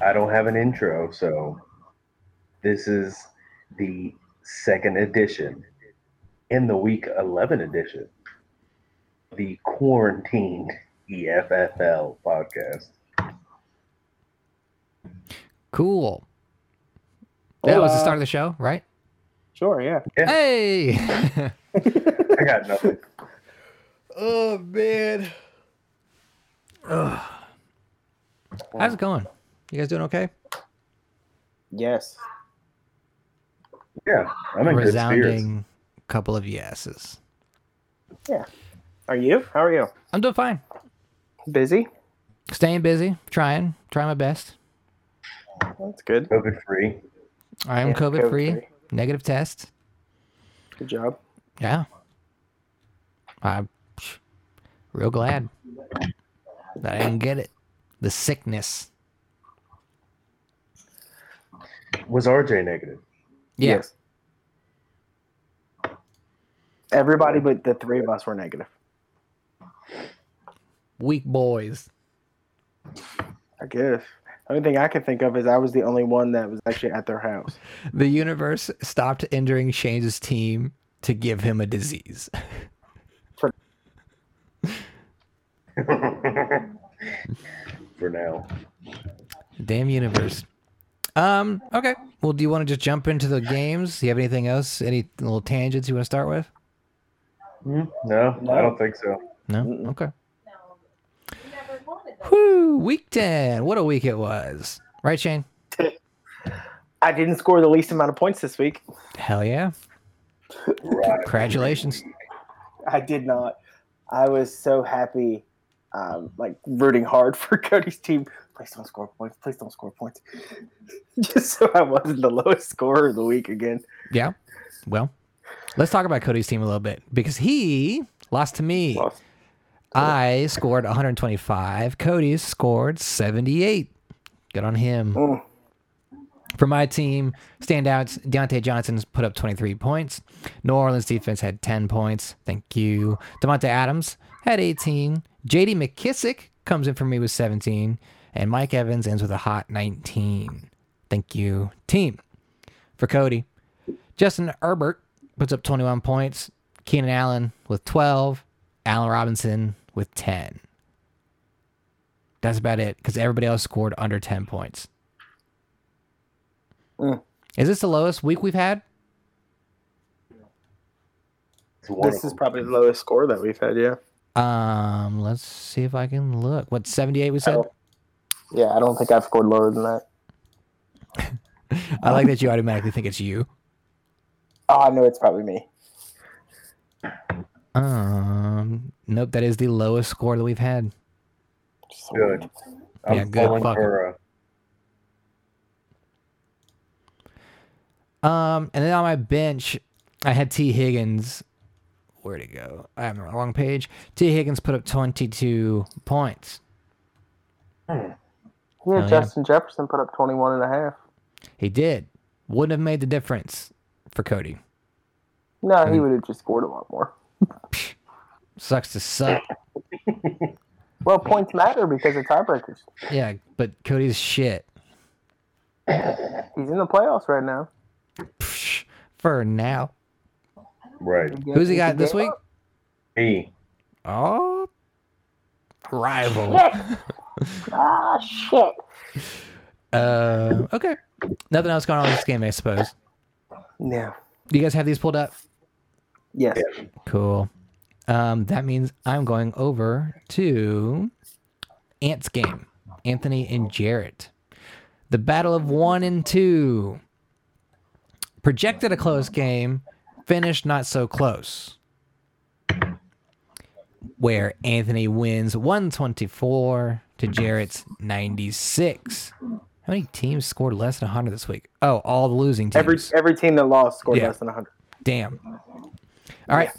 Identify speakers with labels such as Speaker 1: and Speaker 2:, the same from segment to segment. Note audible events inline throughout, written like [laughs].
Speaker 1: I don't have an intro, so this is the second edition in the week 11 edition, the quarantined E EFFL podcast.
Speaker 2: Cool. That was the
Speaker 3: Hola.
Speaker 2: start of the show, right?
Speaker 3: Sure, yeah.
Speaker 1: Uh, Yeah. [laughs]
Speaker 2: Hey. [laughs]
Speaker 1: I got nothing.
Speaker 2: oh man. How's it going? You guys doing okay?
Speaker 3: Yes.
Speaker 1: Yeah, I'm in good spirits.
Speaker 2: Resounding couple of yeses.
Speaker 3: Are you? How are you?
Speaker 2: I'm doing fine.
Speaker 3: Busy?
Speaker 2: Staying busy, trying, trying my best.
Speaker 3: That's good.
Speaker 1: COVID free.
Speaker 2: I am
Speaker 3: Yeah,
Speaker 2: COVID free,
Speaker 3: COVID-free.
Speaker 2: negative test.
Speaker 3: Good job.
Speaker 2: Yeah. I'm real glad that I didn't get it. The sickness.
Speaker 1: Was RJ negative? [laughs]
Speaker 2: Yeah.
Speaker 3: Yes. Everybody but the three of us were negative.
Speaker 2: Weak boys.
Speaker 3: I guess. The only thing I could think of is I was the only one that was actually at their house.
Speaker 2: The universe stopped injuring Shane's team to give him a disease.
Speaker 1: For now.
Speaker 2: Damn universe. Um, okay. Well, do you want to just jump into the games? Do you have anything else? Any little tangents you want to start with?
Speaker 1: Hmm? No, I don't think so.
Speaker 2: No?
Speaker 3: Mm-mm.
Speaker 2: Okay.
Speaker 4: No, we never wanted them.
Speaker 2: Woo! Week 10. What a week it was. Right, Shane?
Speaker 3: I didn't score the least amount of points this week.
Speaker 2: Hell yeah.
Speaker 1: Right.
Speaker 2: Congratulations.
Speaker 3: I did not. I was so happy, um, like rooting hard [laughs] for Cody's team. Please don't score points. Please don't score points. [laughs] Just so I wasn't the lowest scorer of the week again.
Speaker 2: Yeah. Well, let's talk about Cody's team a little bit because he lost to me.
Speaker 3: Lost.
Speaker 2: I scored 125. Cody scored 78. Good on him.
Speaker 3: Mm.
Speaker 2: For my team, standouts Deontay Johnson's put up 23 points. New Orleans defense had 10 points. Thank you. Devonta Adams had 18. JD McKissick comes in for me with 17. And Mike Evans ends with a hot 19. Thank you, team. For Cody, Justin Herbert puts up 21 points. Keenan Allen with 12. Allen Robinson with 10. That's about it because everybody else scored under 10 points. Is this the lowest week we've had?
Speaker 1: It's one
Speaker 3: This
Speaker 1: of
Speaker 3: is
Speaker 1: them.
Speaker 3: probably the lowest score that we've had, yeah.
Speaker 2: Um, let's see if I can look. What seventy eight we said?
Speaker 3: Oh. Yeah, I don't think I've scored lower than that.
Speaker 2: [laughs] I like that you automatically think it's you.
Speaker 3: Oh, I know it's probably me.
Speaker 2: Um, nope, that is the lowest score that we've had.
Speaker 1: good. I'm
Speaker 2: Yeah, good.
Speaker 1: pulling uh,
Speaker 2: Fuck.
Speaker 1: for a
Speaker 2: Um, and then on my bench, I had T Higgins. Where'd it go? I am on the wrong page. T Higgins put up twenty two points.
Speaker 3: Yeah,
Speaker 2: Oh, yeah.
Speaker 3: Justin Jefferson put up 21 and a half.
Speaker 2: He did. Wouldn't have made the difference for Cody.
Speaker 3: No, he
Speaker 2: Mm.
Speaker 3: would have just scored a lot more.
Speaker 2: Sucks to suck.
Speaker 3: Well, points matter because of tiebreakers.
Speaker 2: Yeah, but Cody's shit.
Speaker 3: He's in the playoffs right now.
Speaker 2: Psh, for now.
Speaker 1: right.
Speaker 2: Who's he got this week?
Speaker 1: Me.
Speaker 2: Oh, rival. [laughs]
Speaker 3: Ah, shit.
Speaker 2: Uh, okay. Nothing else going on in this game, I suppose.
Speaker 3: No.
Speaker 2: Do you guys have these pulled up?
Speaker 3: Yes.
Speaker 2: Cool. Um, that means I'm going over to Ant's game. Anthony and Jarrett. The battle of one and two. Projected a close game, finished not so close. Where Anthony wins 124 to Jarrett's 96. How many teams scored less than 100 this week? Oh, all the losing teams.
Speaker 3: Every every team that lost scored
Speaker 2: Yeah.
Speaker 3: less than 100.
Speaker 2: Damn. All right.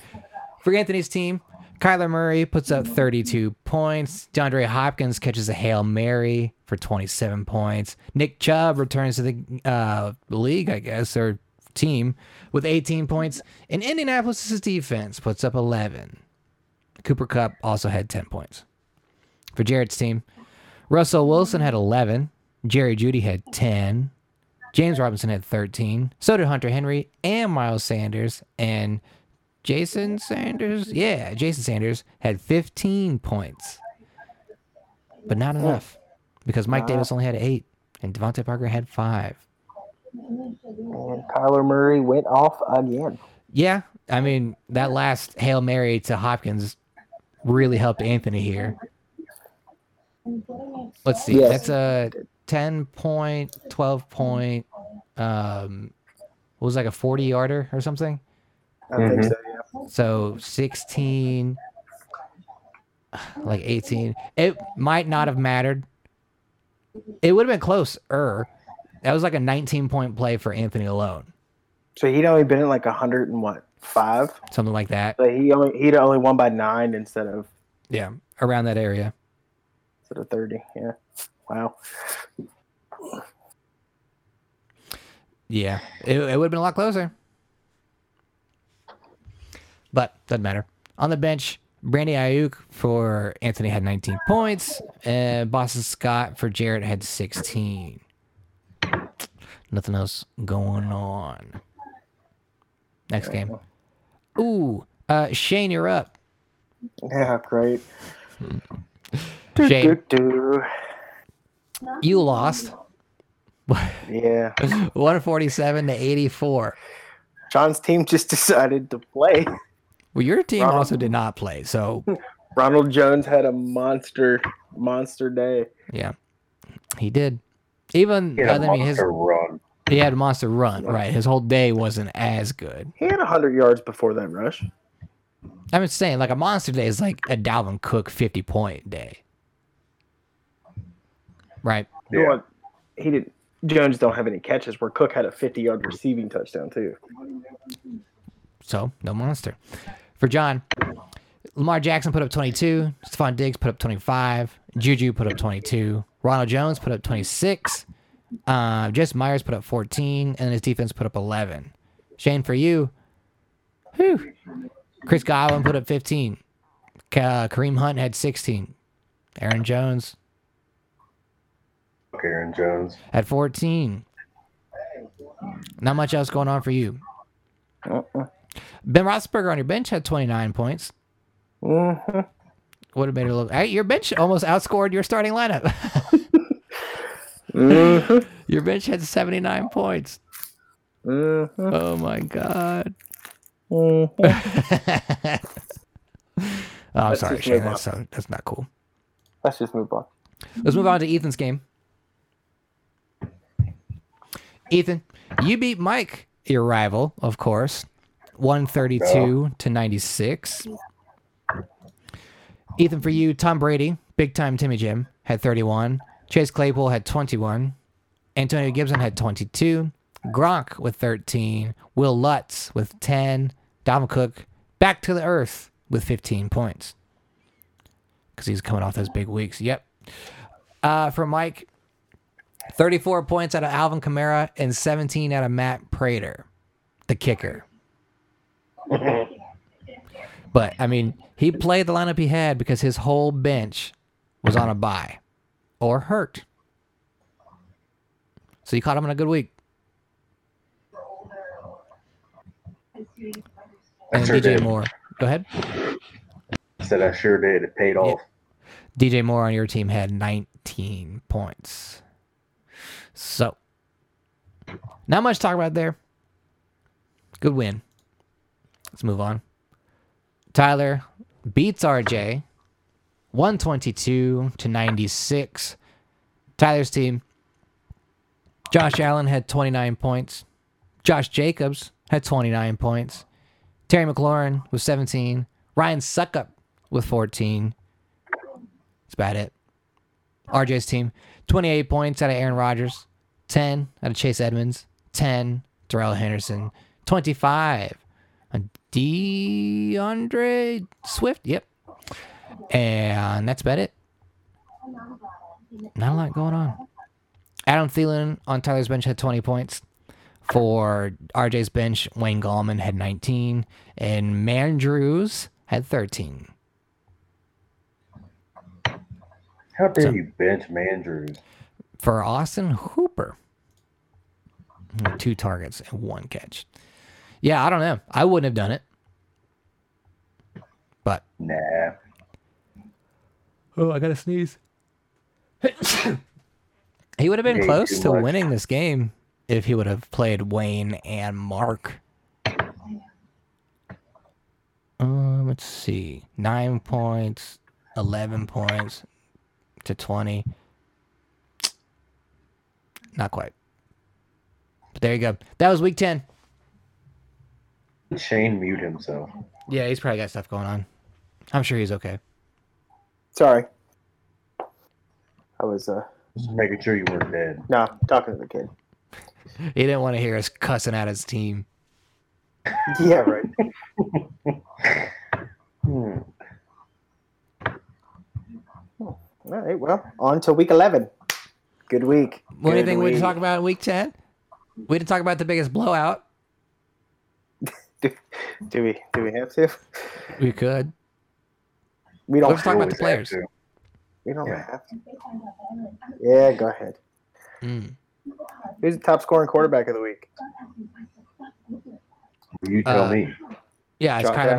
Speaker 2: For Anthony's team, Kyler Murray puts up 32 points. DeAndre Hopkins catches a Hail Mary for 27 points. Nick Chubb returns to the uh, league, I guess, or team with 18 points. And Indianapolis' defense puts up 11. Cooper Cup also had 10 points. For Jarrett's team, Russell Wilson had 11. Jerry Judy had 10. James Robinson had 13. So did Hunter Henry and Miles Sanders. And Jason Sanders, yeah, Jason Sanders had 15 points. But not enough because Mike
Speaker 3: Wow.
Speaker 2: Davis only had eight and Devontae Parker had five.
Speaker 3: And Kyler Murray went off again.
Speaker 2: Yeah, I mean, that last Hail Mary to Hopkins really helped Anthony here. Let's see.
Speaker 3: Yes.
Speaker 2: That's a 10 point, 12 point, um, what was it, like a 40 yarder or something?
Speaker 3: I think
Speaker 2: Mm-hmm.
Speaker 1: Mhm.
Speaker 3: so. Yeah.
Speaker 2: So 16, like 18. It might not have mattered. It would have been close. Er, that was like a 19 point play for Anthony alone,
Speaker 3: So he'd only been at like hundred and what five.
Speaker 2: something like that.
Speaker 3: So he only he'd only won by nine instead of
Speaker 2: Yeah, around that area.
Speaker 3: instead of thirty. Yeah. Wow.
Speaker 2: Yeah, it, it would have been a lot closer. But doesn't matter. On the bench, Brandy Ayuk for Anthony had 19 points, and Boston Scott for Jarrett had 16. Nothing else going on. Next game. Ooh, uh, Shane, you're up.
Speaker 3: Yeah. Great.
Speaker 2: Shane,
Speaker 3: Doo-doo.
Speaker 2: you lost
Speaker 3: Yeah.
Speaker 2: 147 to 84.
Speaker 3: John's team just [laughs] decided to play.
Speaker 2: Well, your team
Speaker 3: Wrong.
Speaker 2: also did not play, so
Speaker 3: Ronald Jones had a monster monster day.
Speaker 2: Yeah, he did. Even
Speaker 1: He had
Speaker 2: I
Speaker 1: a
Speaker 2: mean, his
Speaker 1: monster run.
Speaker 2: he had a monster run, right? His whole day wasn't as good.
Speaker 3: He had hundred yards before that rush.
Speaker 2: I'm just saying, like a monster day is like a Dalvin Cook 50 point day, right?
Speaker 3: You know
Speaker 1: Yeah.
Speaker 3: what? He didn't. Jones don't have any catches. Where Cook had a fifty-yard receiving touchdown too.
Speaker 2: So no monster for John. Lamar Jackson put up 22. Stephon Diggs put up 25. Juju put up 22. Ronald Jones put up 26. Uh, Jess Myers put up 14, and his defense put up 11. Shane, for you, whew, Chris Godwin put up 15. Ka- Kareem Hunt had 16. Aaron Jones
Speaker 1: Fuck Aaron Jones.
Speaker 2: had 14. Not much else going on for you.
Speaker 3: Uh-uh.
Speaker 2: Ben Roethlisberger on your bench had 29 points.
Speaker 3: Mhm.
Speaker 2: Would have made it look. Hey, your bench almost outscored your starting lineup.
Speaker 3: Mhm.
Speaker 2: your bench had 79 points.
Speaker 3: Mhm.
Speaker 2: Oh my god. [laughs]
Speaker 3: Mhm.
Speaker 2: oh, I'm
Speaker 3: Let's
Speaker 2: sorry,
Speaker 3: just
Speaker 2: Shane.
Speaker 3: move on.
Speaker 2: That's, so, that's not cool.
Speaker 3: Let's just move on.
Speaker 2: Let's move on to Ethan's game. Ethan, you beat Mike, your rival, of course, 132 to 96. Ethan, for you, Tom Brady, big time Timmy Jim, had 31. Chase Claypool had 21. Antonio Gibson had 22. Gronk with 13. Will Lutz with 10. Dalvin Cook back to the earth with 15 points because he's coming off those big weeks. Yep. Uh, for Mike, 34 points out of Alvin Kamara and 17 out of Matt Prater, the kicker. but, I mean, he played the lineup he had because his whole bench was on a bye or hurt. So you caught him in a good week. And
Speaker 1: sure
Speaker 2: DJ
Speaker 1: did.
Speaker 2: Moore. Go ahead.
Speaker 1: I said I sure did. It paid off.
Speaker 2: DJ Moore on your team had 19 points. So, not much to talk about there. Good win. Let's move on. Tyler beats RJ 122 to 96. Tyler's team. Josh Allen had 29 points. Josh Jacobs had 29 points. Terry McLaurin with 17. Ryan Suckup with 14. That's about it. RJ's team 28 points out of Aaron Rodgers, 10 out of Chase Edmonds, 10 Darrell Henderson, 25 on DeAndre Swift. Yep. And that's about it. Not a lot going on. Adam Thielen on Tyler's bench had 20 points. For RJ's bench, Wayne Gallman had 19, and Mandrews had 13.
Speaker 1: How dare
Speaker 2: So-
Speaker 1: you bench Mandrews?
Speaker 2: for Austin Hooper. Two targets and one catch. Yeah, I don't know. I wouldn't have done it. But
Speaker 1: Nah.
Speaker 2: oh, I gotta sneeze. he would have been
Speaker 1: Way
Speaker 2: close
Speaker 1: too
Speaker 2: to
Speaker 1: much.
Speaker 2: winning this game if he would have played Wayne and Mark. Um, let's see, nine points, eleven points to twenty. Not quite. But there you go. That was week ten.
Speaker 1: Shane mute himself.
Speaker 2: Yeah, he's probably got stuff going on. I'm sure he's okay.
Speaker 3: Sorry. I was uh
Speaker 1: Just making sure you weren't dead.
Speaker 3: no talking to the kid.
Speaker 2: He didn't want to hear us cussing out his team.
Speaker 3: Yeah, [laughs] right.
Speaker 1: Hmm.
Speaker 3: All right. Well, on to week eleven. Good week.
Speaker 2: Well,
Speaker 3: Good
Speaker 2: anything we
Speaker 3: week.
Speaker 2: didn't talk about in week 10? We didn't talk about the biggest blowout.
Speaker 3: Do we? Do we have to?
Speaker 2: We could.
Speaker 3: We don't.
Speaker 2: Let's talk
Speaker 1: You
Speaker 2: about the
Speaker 1: always have
Speaker 2: players.
Speaker 1: to.
Speaker 3: we don't
Speaker 1: yeah.
Speaker 3: have to.
Speaker 4: Who?
Speaker 3: Yeah. Go ahead.
Speaker 2: Mm.
Speaker 3: Who's the top scoring quarterback of the week?
Speaker 1: You tell
Speaker 2: Uh,
Speaker 1: me.
Speaker 2: Yeah, it's
Speaker 3: Josh
Speaker 2: Kyler
Speaker 3: Allen?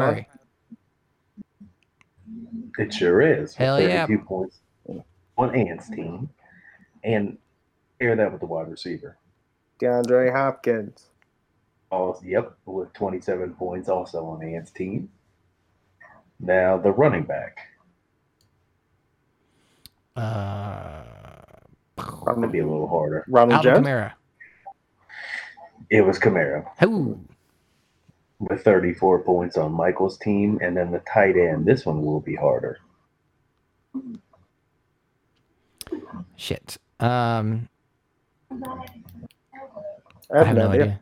Speaker 2: Murray.
Speaker 1: It sure is.
Speaker 2: Hell yeah.
Speaker 1: 32 points on Ant's team. And pair that with the wide receiver.
Speaker 3: DeAndre Hopkins.
Speaker 1: All, yep, with 27 points also on Ant's team. Now the running back.
Speaker 2: Uh,
Speaker 1: I'm going to be a little harder.
Speaker 3: Ronald
Speaker 2: Alvin
Speaker 3: Jones.
Speaker 2: Kamara.
Speaker 1: It was Kamara
Speaker 2: Who?
Speaker 1: with 34 points on Michael's team. And then the tight end. This one will be harder.
Speaker 2: Shit. Um,
Speaker 3: I
Speaker 2: I have no idea.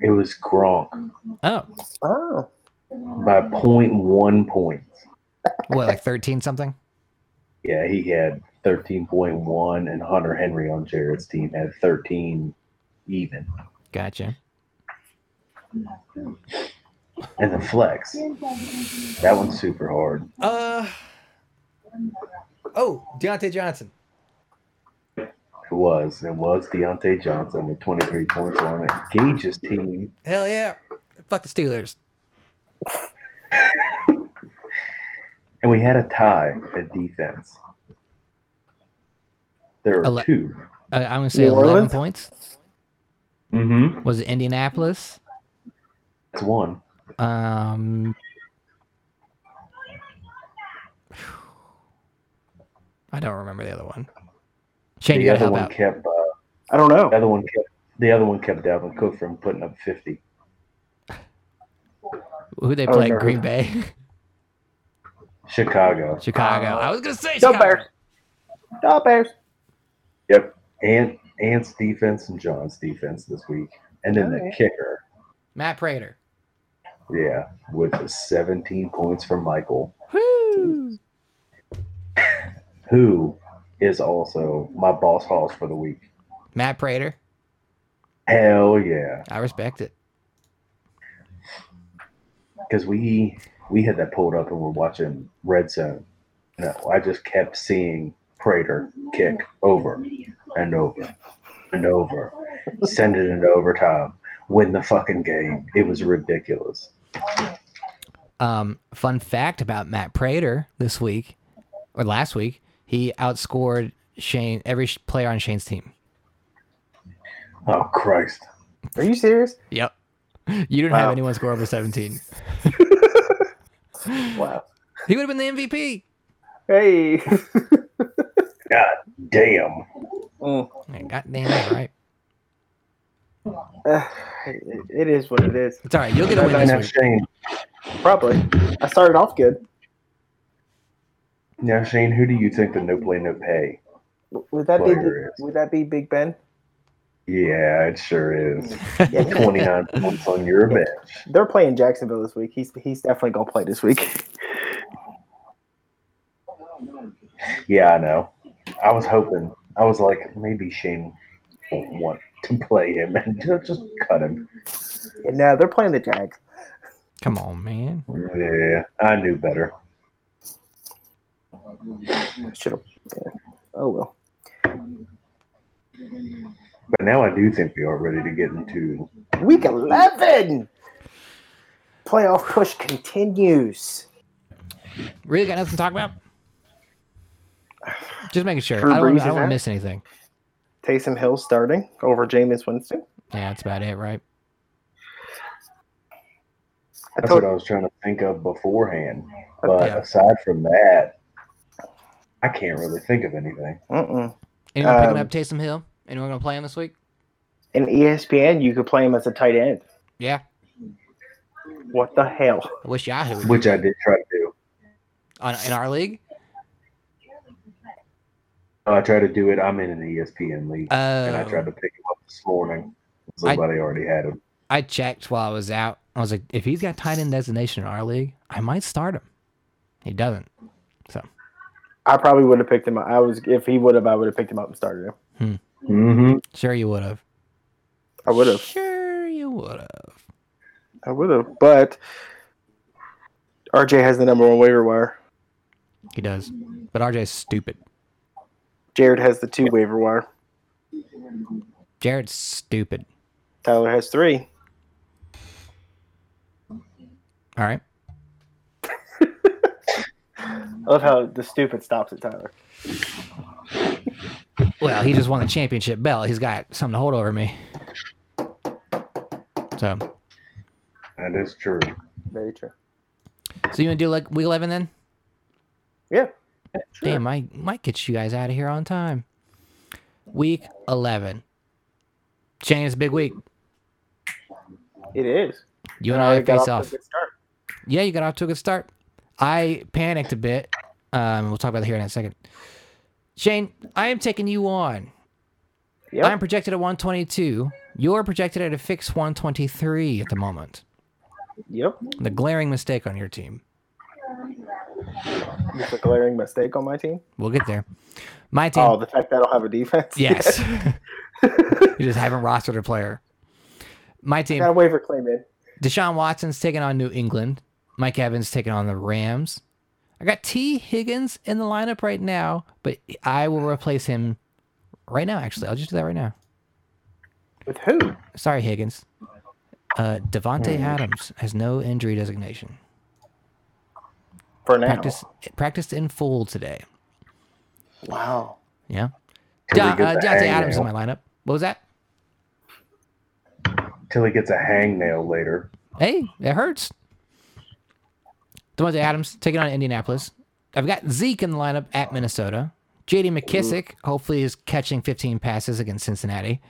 Speaker 1: It was Gronk
Speaker 2: Oh,
Speaker 3: Oh,
Speaker 1: by 0.1 points.
Speaker 2: what, like 13 something?
Speaker 1: Yeah, he had 13.1, and Hunter Henry on Jared's team had 13 even.
Speaker 2: Gotcha.
Speaker 1: And the flex. That one's super hard.
Speaker 2: Uh, oh, Deontay Johnson.
Speaker 1: It was. It was Deontay Johnson with 23 points on it. Gage's team.
Speaker 2: Hell yeah. Fuck the Steelers.
Speaker 1: And we had a tie at defense. There
Speaker 2: Ele-
Speaker 1: were two.
Speaker 2: Uh, I'm going to say
Speaker 3: New
Speaker 2: 11
Speaker 3: Orleans?
Speaker 2: points.
Speaker 1: Mm-hmm.
Speaker 2: Was it Indianapolis?
Speaker 1: That's one.
Speaker 2: Um, I don't remember the other one. Shane, you
Speaker 1: the
Speaker 2: gotta
Speaker 1: other
Speaker 2: help
Speaker 1: one
Speaker 2: out.
Speaker 1: kept uh,
Speaker 3: I don't
Speaker 1: the
Speaker 3: know.
Speaker 1: other one kept the other one kept Dalvin Cook from putting up 50.
Speaker 2: Who they
Speaker 3: I
Speaker 2: play?
Speaker 3: remember.
Speaker 2: Green Bay, [laughs]
Speaker 1: Chicago.
Speaker 2: Chicago.
Speaker 3: Uh,
Speaker 2: I was gonna say
Speaker 3: Go
Speaker 2: Chicago.
Speaker 3: Bears. Go Bears.
Speaker 1: Yep. And Ant's defense and John's defense this week. And then the
Speaker 3: Alright.
Speaker 1: kicker.
Speaker 2: Matt Prater.
Speaker 1: Yeah. With the 17 points from Michael,
Speaker 2: Woo!
Speaker 1: who is also my boss hoss for the week.
Speaker 2: Matt Prater.
Speaker 1: Hell yeah.
Speaker 2: I respect it.
Speaker 1: Because we we had that pulled up and we're watching Red Zone. No, I just kept seeing Prater kick over and over and over. Send it into overtime. Win the fucking game. It was ridiculous.
Speaker 2: Um, fun fact about Matt Prater this week or last week, he outscored Shane every sh- player on Shane's team.
Speaker 1: Oh Christ.
Speaker 3: Are you serious?
Speaker 2: Yep. [laughs] You didn't have
Speaker 3: Wow.
Speaker 2: anyone score over 17.
Speaker 3: Wow.
Speaker 2: He would have been the MVP.
Speaker 3: Hey. [laughs]
Speaker 1: God damn.
Speaker 3: Mm.
Speaker 2: Man, God damn it, right?
Speaker 3: Uh, it- it is what it is.
Speaker 2: It's all right. You'll get a win
Speaker 1: That
Speaker 2: this
Speaker 1: now
Speaker 2: week.
Speaker 1: Shane.
Speaker 3: Probably. I started off good.
Speaker 1: Now Shane, who do you think the no play no pay?
Speaker 3: W- Would that be?
Speaker 1: Player is.
Speaker 3: Would that be Big Ben?
Speaker 1: Yeah, it sure is. Twenty
Speaker 2: [laughs]
Speaker 1: nine points on your bench.
Speaker 3: They're playing Jacksonville this week. He's he's definitely gonna play this week.
Speaker 1: Yeah, I know. I was hoping. I was like, maybe Shane won't want to play him [laughs] and just just cut him.
Speaker 3: No, they're playing the Jags.
Speaker 2: Come on, man.
Speaker 1: Yeah, I knew better.
Speaker 3: Should have. Oh well.
Speaker 1: But now I do think we are ready to get into
Speaker 3: Week 11! Playoff push continues.
Speaker 2: Really got nothing to talk about? Just making sure.
Speaker 3: Drew
Speaker 2: I don't,
Speaker 3: Brees
Speaker 2: I don't
Speaker 3: is
Speaker 2: want to
Speaker 3: out?
Speaker 2: miss anything.
Speaker 3: Taysom Hill starting over Jameis Winston.
Speaker 2: Yeah, that's about it, right?
Speaker 3: I
Speaker 1: That's
Speaker 3: told
Speaker 1: what I was trying to think of beforehand. But
Speaker 2: Yeah.
Speaker 1: aside from that, I can't really think of anything.
Speaker 3: Mm-mm.
Speaker 2: Anyone picking
Speaker 3: Um,
Speaker 2: up Taysom Hill? Anyone going to play him this week?
Speaker 3: In E ESPN, you could play him as a tight end.
Speaker 2: Yeah.
Speaker 3: What the hell?
Speaker 2: I wish Yahoo would
Speaker 1: Which I did try to do.
Speaker 2: on, in our league.
Speaker 1: I tried to do it. I'm in an E ESPN league.
Speaker 2: Oh,
Speaker 1: and I tried to pick him up this morning. Somebody already had him.
Speaker 2: I checked while I was out. I was like, if he's got tight end designation in our league, I might start him. He doesn't.
Speaker 3: I probably would have picked him up. I was if he would have, I would have picked him up and started him.
Speaker 1: Mm-hmm.
Speaker 2: Sure, you would have.
Speaker 3: I would have.
Speaker 2: Sure, you would have.
Speaker 3: I would have. But RJ has the number one waiver wire.
Speaker 2: He does. But RJ's stupid.
Speaker 3: Jared has the two waiver wire.
Speaker 2: Jared's stupid.
Speaker 3: Tyler has three.
Speaker 2: All right.
Speaker 3: I love how the stupid stops at Tyler.
Speaker 2: Well, he just won the championship belt. He's got something to hold over me. So,
Speaker 1: That is true.
Speaker 3: Very true.
Speaker 2: so you want to do like week 11 then?
Speaker 3: Yeah.
Speaker 2: Damn, I might get you guys out of here on time. Week 11. Shane, it's a big week.
Speaker 3: It is.
Speaker 2: You and I
Speaker 3: got
Speaker 2: face
Speaker 3: to a
Speaker 2: off.
Speaker 3: good start.
Speaker 2: Yeah, you got off to a good start. I panicked a bit. Um, we'll talk about it here in a second. Shane, I am taking you on.
Speaker 3: Yep.
Speaker 2: I'm projected at 122. You're projected at a fixed 123 at the moment.
Speaker 3: Yep.
Speaker 2: The glaring mistake on your team.
Speaker 3: It's a glaring mistake on my team.
Speaker 2: We'll get there. My team.
Speaker 3: Oh, [laughs] the fact that I don't have a defense.
Speaker 2: yes.
Speaker 3: [laughs]
Speaker 2: you just haven't rostered a player. My team.
Speaker 3: Got a waiver claim in.
Speaker 2: Deshaun Watson's taking on New England. Mike Evans taking on the Rams. I got T. Higgins in the lineup right now, but I will replace him right now, actually. I'll just do that right now.
Speaker 3: With who?
Speaker 2: Sorry, Higgins. Uh, Devontae Adams has no injury designation.
Speaker 3: For now.
Speaker 2: Practice, practiced in full today.
Speaker 3: Wow.
Speaker 2: Yeah.
Speaker 1: Till
Speaker 2: Da,
Speaker 1: he
Speaker 2: uh,
Speaker 1: gets a
Speaker 2: Deontay Adams in my
Speaker 1: hangnail.
Speaker 2: lineup. What was that?
Speaker 1: Till he gets a hangnail later.
Speaker 2: Hey, it hurts. Devontae Adams taking on Indianapolis. I've got Zeke in the lineup at Minnesota. JD McKissick hopefully is catching 15 passes against Cincinnati.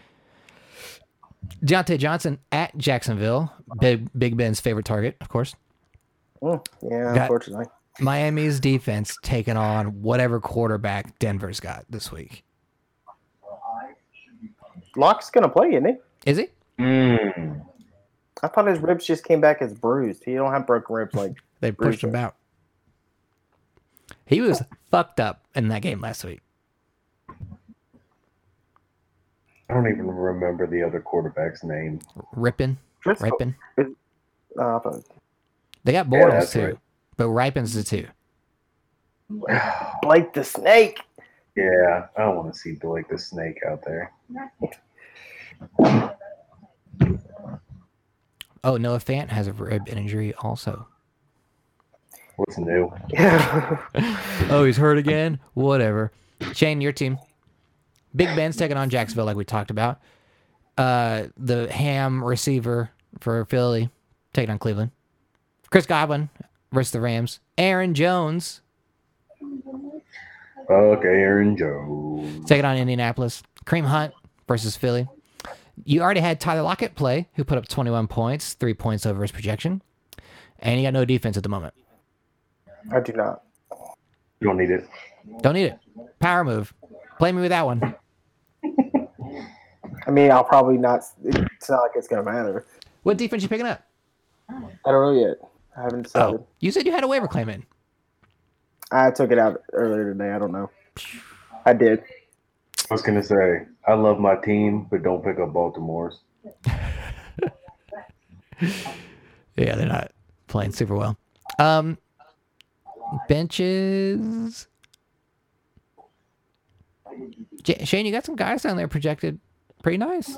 Speaker 2: Deontay Johnson at Jacksonville. Big Big Ben's favorite target, of course.
Speaker 3: Mm, yeah,
Speaker 2: Got-
Speaker 3: unfortunately.
Speaker 2: Miami's defense taking on whatever quarterback Denver's got this week.
Speaker 3: Locke's going to play, isn't he?
Speaker 2: Is he?
Speaker 1: Mm.
Speaker 3: I thought his ribs just came back as bruised. He don't have broken ribs like
Speaker 2: They pushed him
Speaker 3: Bruiser.
Speaker 2: out. He was fucked up in that game last week.
Speaker 1: I don't even remember the other quarterback's name.
Speaker 2: Ripping, ripping.
Speaker 3: Uh, but
Speaker 2: They got
Speaker 1: Yeah,
Speaker 2: Bortles
Speaker 1: that's
Speaker 2: too,
Speaker 1: right.
Speaker 2: but Ripen's the two.
Speaker 3: Blake the Snake.
Speaker 1: yeah, I don't want to see Blake the Snake out there.
Speaker 2: Oh, Noah Fant has a rib injury also.
Speaker 1: What's new?
Speaker 3: [laughs] Yeah.
Speaker 2: oh, he's hurt again. Whatever. Shane, your team. Big Ben's taking on Jacksonville, like we talked about. Uh, the ham receiver for Philly taking on Cleveland. Chris Godwin versus the Rams. Aaron Jones
Speaker 1: Fuck Aaron Jones.
Speaker 2: taking on Indianapolis. Cream Hunt versus Philly. You already had Tyler Lockett play, who put up 21 points, three points over his projection, and he got no defense at the moment.
Speaker 3: I do not.
Speaker 1: You don't need it.
Speaker 2: Don't need it. Power move. Play me with that one.
Speaker 3: I mean, I'll probably not. It's not like it's gonna matter.
Speaker 2: What defense you picking up?
Speaker 3: I don't know yet. I haven't decided.
Speaker 2: Oh, you said you had a waiver claim in.
Speaker 3: I took it out earlier today. I don't know. I did.
Speaker 1: I was gonna say I love my team, but don't pick up Baltimore's.
Speaker 2: Yeah, they're not playing super well. Um, benches. J- Shane, you got some guys down there projected pretty nice.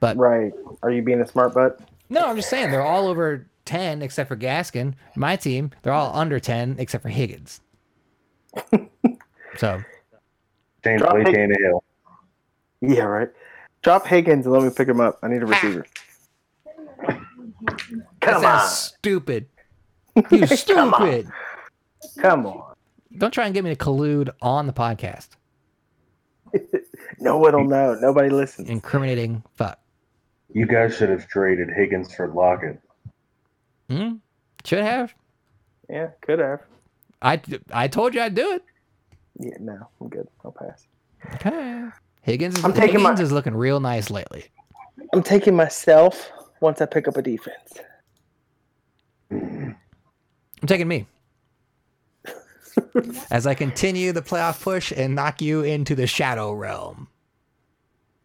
Speaker 2: But-
Speaker 3: Right. Are you being a smart butt?
Speaker 2: No, I'm just saying they're all over 10 except for Gaskin. My team, they're all under 10 except for [laughs] Higgins. so,
Speaker 1: James
Speaker 3: Drop
Speaker 1: Lee
Speaker 3: it.
Speaker 1: Tannehill.
Speaker 3: Yeah, right. Drop Higgins and let me pick him up. I need a receiver.
Speaker 2: that's
Speaker 3: Come on.
Speaker 2: [laughs] stupid. You
Speaker 3: Come on.
Speaker 2: stupid.
Speaker 3: Come on.
Speaker 2: Don't try and get me to collude on the podcast.
Speaker 3: No one will know. Nobody listens.
Speaker 2: Incriminating fuck.
Speaker 1: You guys should have traded Higgins for Lockett.
Speaker 2: Hmm? Should have.
Speaker 3: Yeah, could have.
Speaker 2: I, I told you I'd do it.
Speaker 3: Yeah, no, I'm good. I'll pass.
Speaker 2: Okay. Higgins, is,
Speaker 3: I'm taking
Speaker 2: Higgins
Speaker 3: my-
Speaker 2: is looking real nice lately.
Speaker 3: I'm taking myself once I pick up a defense.
Speaker 2: I'm taking me.
Speaker 3: [laughs]
Speaker 2: As I continue the playoff push and knock you into the shadow realm.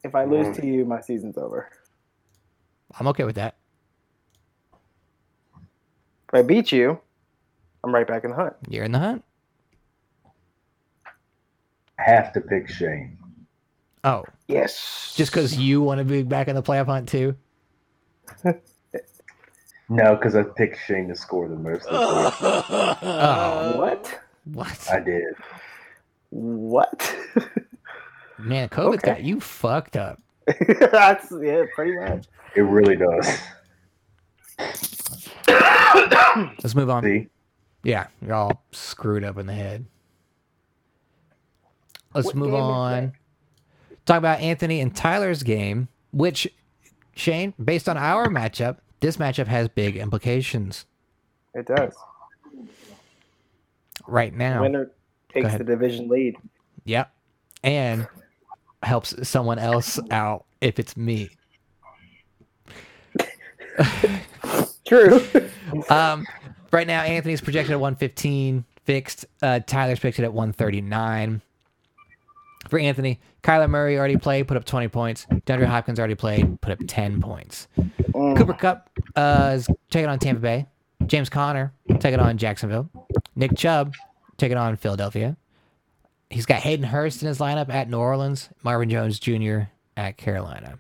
Speaker 3: If I lose to you, my season's over.
Speaker 2: I'm okay with that.
Speaker 3: If I beat you, I'm right back in the hunt.
Speaker 2: You're in the hunt.
Speaker 1: Have to pick Shane.
Speaker 2: Oh,
Speaker 3: Yes.
Speaker 2: just because you want to be back in the playoff hunt too?
Speaker 1: No, because I picked Shane to score the most. This week.
Speaker 2: Oh,
Speaker 3: What?
Speaker 2: what?
Speaker 1: I did.
Speaker 3: What?
Speaker 2: Man, COVID
Speaker 3: Okay.
Speaker 2: got you fucked up.
Speaker 3: [laughs] That's yeah, pretty much.
Speaker 1: It really does.
Speaker 2: [laughs] Let's move on.
Speaker 1: See,
Speaker 2: Yeah, you're all screwed up in the head. Let's
Speaker 3: What
Speaker 2: move
Speaker 3: game is
Speaker 2: on. Talk about Anthony and Tyler's game, which, Shane, based on our matchup, this matchup has big implications
Speaker 3: It does.
Speaker 2: right now.
Speaker 3: Winner takes
Speaker 2: ahead.
Speaker 3: the division lead.
Speaker 2: Yep. And helps someone else out if it's me.
Speaker 3: True.
Speaker 2: Um, right now, Anthony's projected at 115, fixed. Uh, Tyler's projected at 139. For Anthony, Kyler Murray already played, put up 20 points. DeAndre Hopkins already played, put up 10 points.
Speaker 3: Mm,
Speaker 2: Cooper Cup uh, is taking on Tampa Bay. James Conner taking on Jacksonville. Nick Chubb taking on Philadelphia. He's got Hayden Hurst in his lineup at New Orleans. Marvin Jones Jr. at Carolina.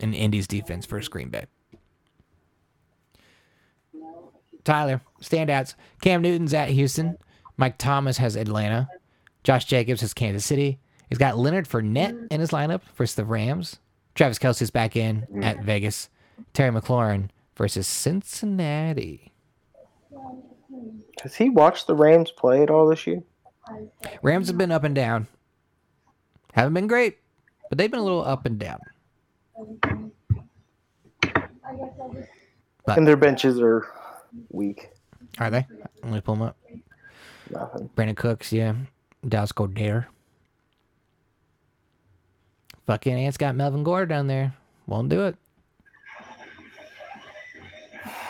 Speaker 2: And Indy's defense versus Green Bay. Tyler standouts: Cam Newton's at Houston. Mike Thomas has Atlanta. Josh Jacobs has Kansas City. He's got Leonard Fournette in his lineup versus the Rams. Travis Kelsey's back in at Vegas. Terry McLaurin versus Cincinnati.
Speaker 3: [laughs] Has he watched the Rams play at all this year?
Speaker 2: Rams have been up and down. Haven't been great, but they've been a little up and down. Uh,
Speaker 3: And their benches are weak.
Speaker 2: Are they? Let me pull them up.
Speaker 3: Nothing.
Speaker 2: Brandon Cooks, yeah. Dallas Goddard. Fucking Ant's got Melvin Gore down there. Won't do it.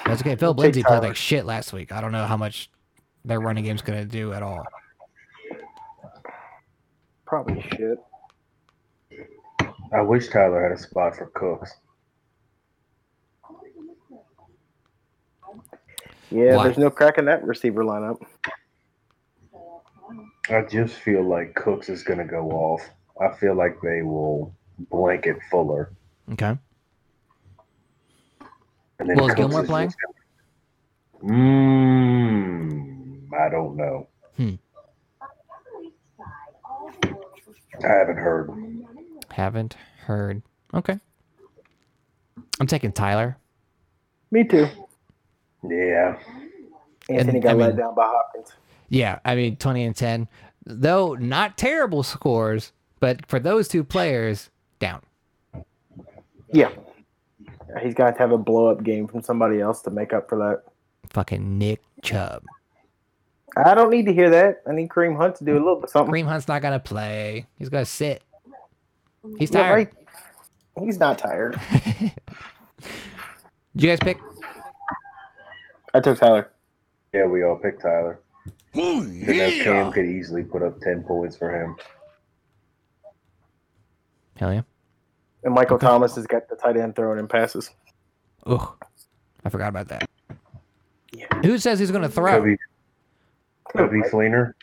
Speaker 2: That's okay. Phil
Speaker 3: We'll take
Speaker 2: Lindsay played
Speaker 3: Tyler.
Speaker 2: like shit last week. I don't know how much their running game's gonna do at all.
Speaker 3: Probably should.
Speaker 1: I wish Tyler had a spot for Cooks.
Speaker 3: Yeah,
Speaker 2: Why?
Speaker 3: there's no crack in that receiver lineup.
Speaker 1: I just feel like Cooks is going to go off. I feel like they will blanket Fuller.
Speaker 2: Okay.
Speaker 1: And then
Speaker 2: Well,
Speaker 1: Cooks
Speaker 2: is Gilmore
Speaker 1: is
Speaker 2: playing?
Speaker 1: just gonna- Mm, I don't know.
Speaker 2: Hmm.
Speaker 1: I haven't heard.
Speaker 2: Haven't heard. Okay. I'm taking Tyler.
Speaker 3: Me too.
Speaker 1: Yeah.
Speaker 3: Anthony
Speaker 2: And-
Speaker 3: got
Speaker 2: I
Speaker 3: let
Speaker 2: mean-
Speaker 3: down by Hopkins.
Speaker 2: Yeah, I mean twenty and ten. Though not terrible scores, but for those two players, down.
Speaker 3: Yeah. He's got to have a blow up game from somebody else to make up for that.
Speaker 2: Fucking Nick Chubb.
Speaker 3: I don't need to hear that. I need Kareem Hunt to do a little bit something.
Speaker 2: Kareem Hunt's not gonna play. He's gonna sit. He's
Speaker 3: Yeah,
Speaker 2: tired.
Speaker 3: right. He's not tired.
Speaker 2: Did you guys pick?
Speaker 3: I took Tyler.
Speaker 1: Yeah, we all picked Tyler. You know, Cam could easily put up 10 points for him.
Speaker 2: Hell yeah.
Speaker 3: And Michael Thomas has got the tight end throwing in passes.
Speaker 2: Ugh. I forgot about that.
Speaker 3: Yeah.
Speaker 2: Who says he's gonna throw?
Speaker 1: Could be, Cody Fleener.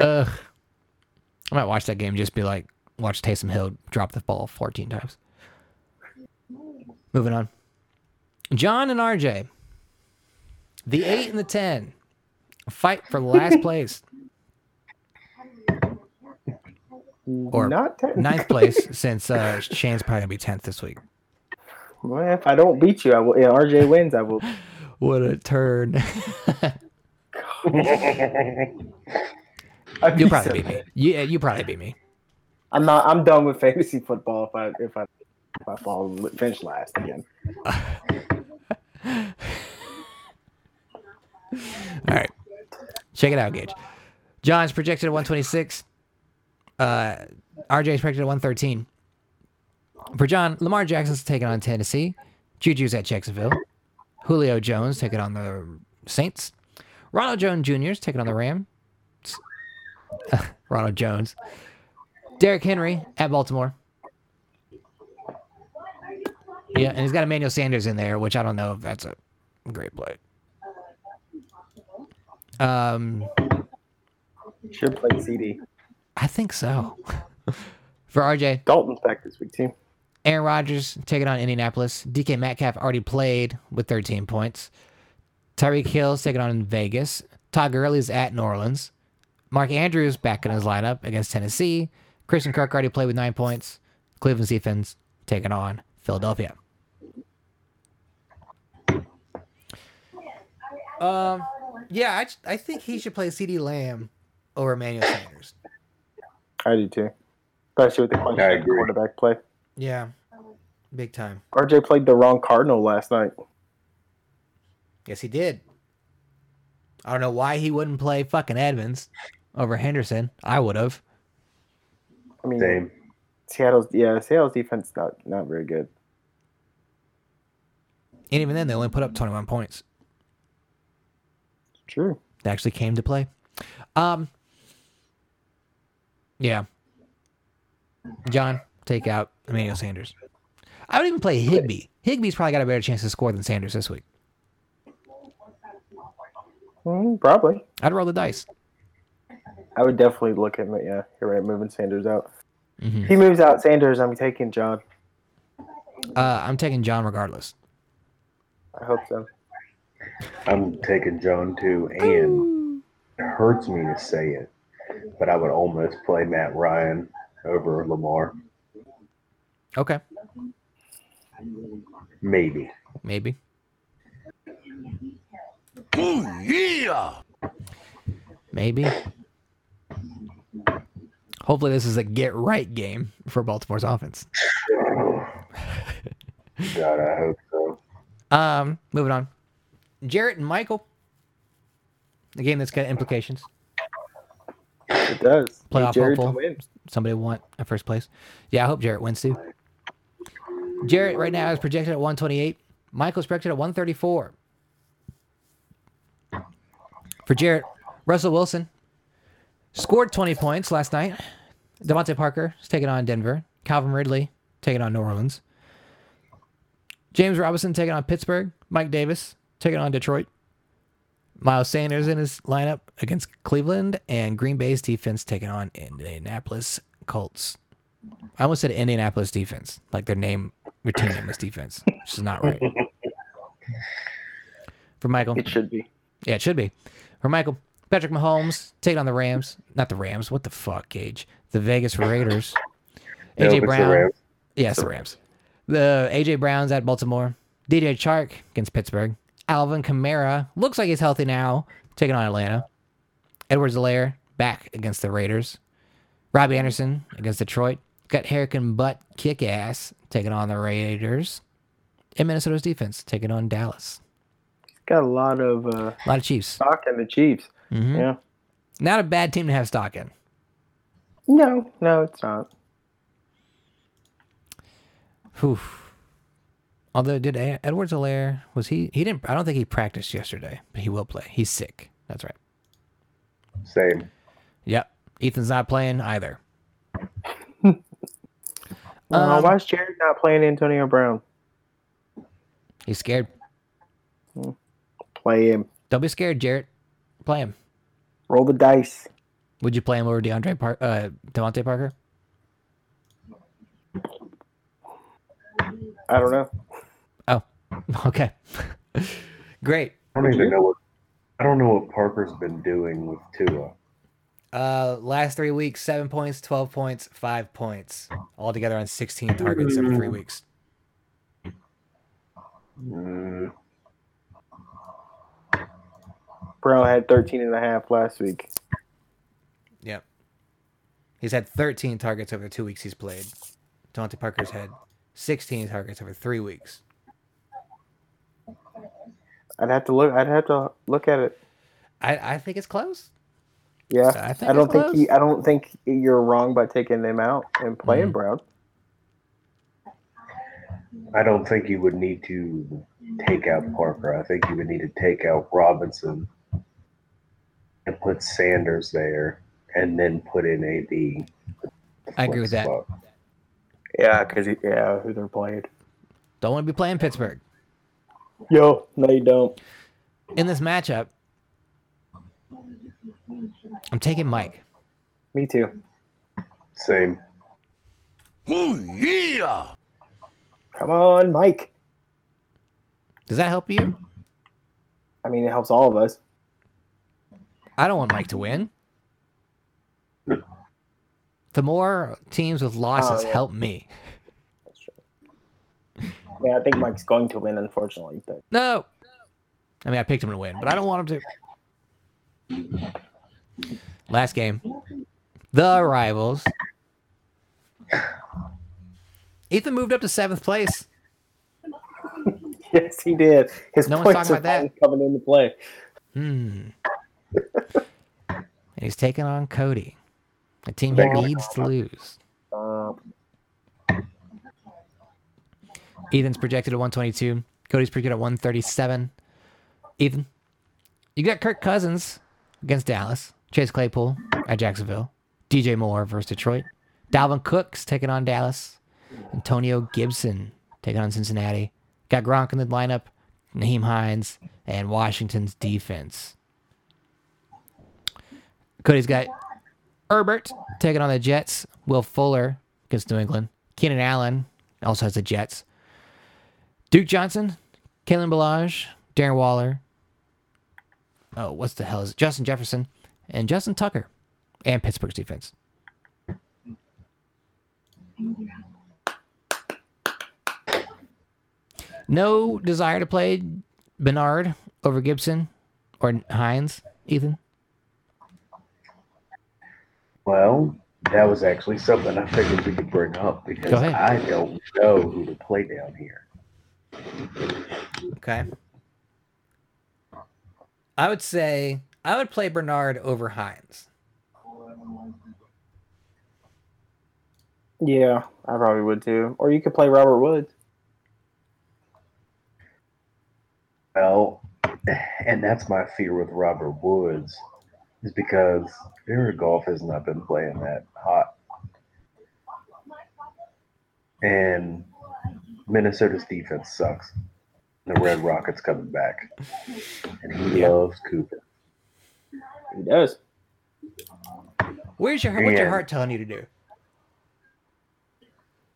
Speaker 2: Ugh. I might watch that game and just be like, watch Taysom Hill drop the ball 14 times. Moving on. John and RJ. The 8 and the 10. Fight for last
Speaker 3: [laughs]
Speaker 2: place. Or
Speaker 3: not technically.
Speaker 2: Ninth place since uh, Shane's probably going to be 10th this week.
Speaker 3: Well, if I don't beat you, I will. Yeah, RJ
Speaker 2: [laughs]
Speaker 3: wins. I will.
Speaker 2: What a turn. [laughs]
Speaker 3: I'd be
Speaker 2: You'll probably
Speaker 3: so
Speaker 2: beat me.
Speaker 3: mad.
Speaker 2: Yeah, you probably beat me.
Speaker 3: I'm not. I'm done with fantasy football. If I if I if I fall finish last again,
Speaker 2: All right. Check it out, Gage. John's projected at 126. Uh, RJ's projected at 113. For John, Lamar Jackson's taking on Tennessee. Juju's at Jacksonville. Julio Jones taking on the Saints. Ronald Jones Jr.'s taking on the Rams. [laughs] Ronald Jones. Derrick Henry at Baltimore. Yeah, and he's got Emmanuel Sanders in there, which I don't know if that's a great play. Um,
Speaker 3: should play CD.
Speaker 2: I think so. [laughs] For RJ,
Speaker 3: Dalton's back this week too.
Speaker 2: Aaron Rodgers taking on Indianapolis. DK Metcalf already played with 13 points. Tyreek Hill's taking on Vegas. Todd Gurley's at New Orleans. Mark Andrews back in his lineup against Tennessee. Christian Kirk already played with nine points. Cleveland's defense taking on Philadelphia. Um, yeah, I, I think he should play CD Lamb over Emmanuel Sanders.
Speaker 3: I do too. Especially with the
Speaker 1: I
Speaker 3: punch
Speaker 1: agree.
Speaker 3: quarterback play.
Speaker 2: Yeah, big time.
Speaker 3: RJ played the wrong Cardinal last night.
Speaker 2: Yes, he did. I don't know why he wouldn't play fucking Edmonds over Henderson. I would have.
Speaker 3: I mean,
Speaker 1: Same.
Speaker 3: Seattle's yeah, Seattle's defense not not very good.
Speaker 2: And even then, they only put up 21 points.
Speaker 3: True.
Speaker 2: They actually came to play. Um, yeah. John, take out Emmanuel Sanders. I would even play Higby. Higby's probably got a better chance to score than Sanders this week.
Speaker 3: Mm, probably.
Speaker 2: I'd roll the dice.
Speaker 3: I would definitely look at it. Yeah, you're right. Moving Sanders out.
Speaker 2: Mhm.
Speaker 3: If he moves out Sanders, I'm taking John.
Speaker 2: Uh, I'm taking John regardless.
Speaker 3: I hope so.
Speaker 1: I'm taking Joan too, and it hurts me to say it, but I would almost play Matt Ryan over Lamar.
Speaker 2: Okay,
Speaker 1: Maybe.
Speaker 2: maybe. Maybe. Hopefully, this is a get right game for Baltimore's offense.
Speaker 1: God, I hope so.
Speaker 2: Um, moving on. Jarrett and Michael. A game that's got implications.
Speaker 3: It does.
Speaker 2: Playoff
Speaker 3: Need Jared to
Speaker 2: hopeful.
Speaker 3: win.
Speaker 2: Somebody want a first place. Yeah, I hope Jarrett wins too. Jarrett right now is projected at 128. Michael's projected at 134. For Jarrett, Russell Wilson scored 20 points last night. Devontae Parker is taking on Denver. Calvin Ridley taking on New Orleans. James Robinson taking on Pittsburgh. Mike Davis taking on Detroit. Miles Sanders in his lineup against Cleveland and Green Bay's defense taking on Indianapolis Colts. I almost said Indianapolis defense, like their name, your team name is defense, which is not right. For Michael,
Speaker 3: It should be.
Speaker 2: yeah, it should be. For Michael, Patrick Mahomes taking on the Rams, not the Rams. What the fuck, Gage? The Vegas Raiders.
Speaker 1: Nope, it's
Speaker 2: AJ
Speaker 1: the
Speaker 2: Brown.
Speaker 1: Rams.
Speaker 2: Yes, the Rams. The AJ Brown's at Baltimore. DJ Chark against Pittsburgh. Alvin Kamara looks like he's healthy now, taking on Atlanta. Edwards Alaire back against the Raiders. Robbie Anderson against Detroit. Got Harrican butt kick ass taking on the Raiders. And Minnesota's defense taking on Dallas.
Speaker 3: Got a lot of uh,
Speaker 2: A lot of Chiefs.
Speaker 3: stock in the Chiefs.
Speaker 2: Mhm.
Speaker 3: Yeah.
Speaker 2: Not a bad team to have stock in.
Speaker 3: No, no, it's not.
Speaker 2: Whew. Although did A- Edwards Alaire was he he didn't I don't think he practiced yesterday, but he will play. He's sick. That's right.
Speaker 1: Same.
Speaker 2: Yep. Ethan's not playing either.
Speaker 3: Uh,
Speaker 2: Um,
Speaker 3: why is Jared not playing Antonio Brown?
Speaker 2: He's scared.
Speaker 3: Play him.
Speaker 2: Don't be scared, Jarrett. Play him.
Speaker 3: Roll the dice.
Speaker 2: Would you play him over DeAndre Par- uh, Devontae Parker? [laughs]
Speaker 3: I don't know.
Speaker 2: Okay. [laughs] Great.
Speaker 1: I don't even know what I don't know what Parker's been doing with Tua.
Speaker 2: Uh, last three weeks, seven points, 12 points, five points. All together on 16 targets over three weeks.
Speaker 1: Mm,
Speaker 3: Brown had 13 and a half last week.
Speaker 2: Yep. He's had 13 targets over the two weeks he's played. Devontae Parker's had 16 targets over three weeks.
Speaker 3: I'd have to look. I'd have to look at it.
Speaker 2: I, I think it's close.
Speaker 3: Yeah,
Speaker 2: I think
Speaker 3: I don't
Speaker 2: it's
Speaker 3: think
Speaker 2: close.
Speaker 3: he, I don't think you're wrong by taking them out and playing
Speaker 2: Mhm.
Speaker 3: Brown.
Speaker 1: I don't think you would need to take out Parker. I think you would need to take out Robinson and put Sanders there, and then put in AB.
Speaker 2: I agree with that.
Speaker 1: Fuck.
Speaker 3: Yeah, because yeah, who they're playing?
Speaker 2: Don't want to be playing Pittsburgh.
Speaker 3: Yo, no, you don't.
Speaker 2: In this matchup, I'm taking Mike.
Speaker 3: Me too.
Speaker 1: Same.
Speaker 3: Come on, Mike.
Speaker 2: Does that help you?
Speaker 3: I mean, it helps all of us.
Speaker 2: I don't want Mike to win. The more teams with losses
Speaker 3: Oh, yeah.
Speaker 2: help me.
Speaker 3: Yeah, I think Mike's going to win, unfortunately. But [laughs]
Speaker 2: No. I mean, I picked him to win, but I don't want him to. Last game. The Rivals. Ethan moved up to seventh place.
Speaker 3: yes, he did. His
Speaker 2: No one's
Speaker 3: points
Speaker 2: talking
Speaker 3: are
Speaker 2: about that.
Speaker 3: finally coming into play.
Speaker 2: Hmm. And he's taking on Cody, a team
Speaker 1: Thank
Speaker 2: he
Speaker 1: you.
Speaker 2: needs to lose.
Speaker 3: Uh,
Speaker 2: Ethan's projected at 122. Cody's projected at 137. Ethan, you got Kirk Cousins against Dallas. Chase Claypool at Jacksonville. DJ Moore versus Detroit. Dalvin Cook's taking on Dallas. Antonio Gibson taking on Cincinnati. Got Gronk in the lineup. Naheem Hines and Washington's defense. Cody's got Herbert taking on the Jets. Will Fuller against New England. Keenan Allen also has the Jets. Duke Johnson, Kalen Balaj, Darren Waller. Oh, what's the hell is it? Justin Jefferson and Justin Tucker and Pittsburgh's defense. No desire to play Bernard over Gibson or Hines, Ethan.
Speaker 1: Well, that was actually something I figured we could bring up because
Speaker 2: Go ahead.
Speaker 1: I don't know who to play down here.
Speaker 2: Okay. I would say I would play Bernard over Hines.
Speaker 3: yeah, I probably would too. Or you could play Robert Woods.
Speaker 1: Well, and that's my fear with Robert Woods is because Jared Goff has not been playing that hot. And Minnesota's defense sucks. The Red Rockets coming back. And he
Speaker 2: Yeah.
Speaker 1: loves Cooper.
Speaker 3: He does.
Speaker 2: Where's your what's your
Speaker 1: Yeah.
Speaker 2: heart telling you to do?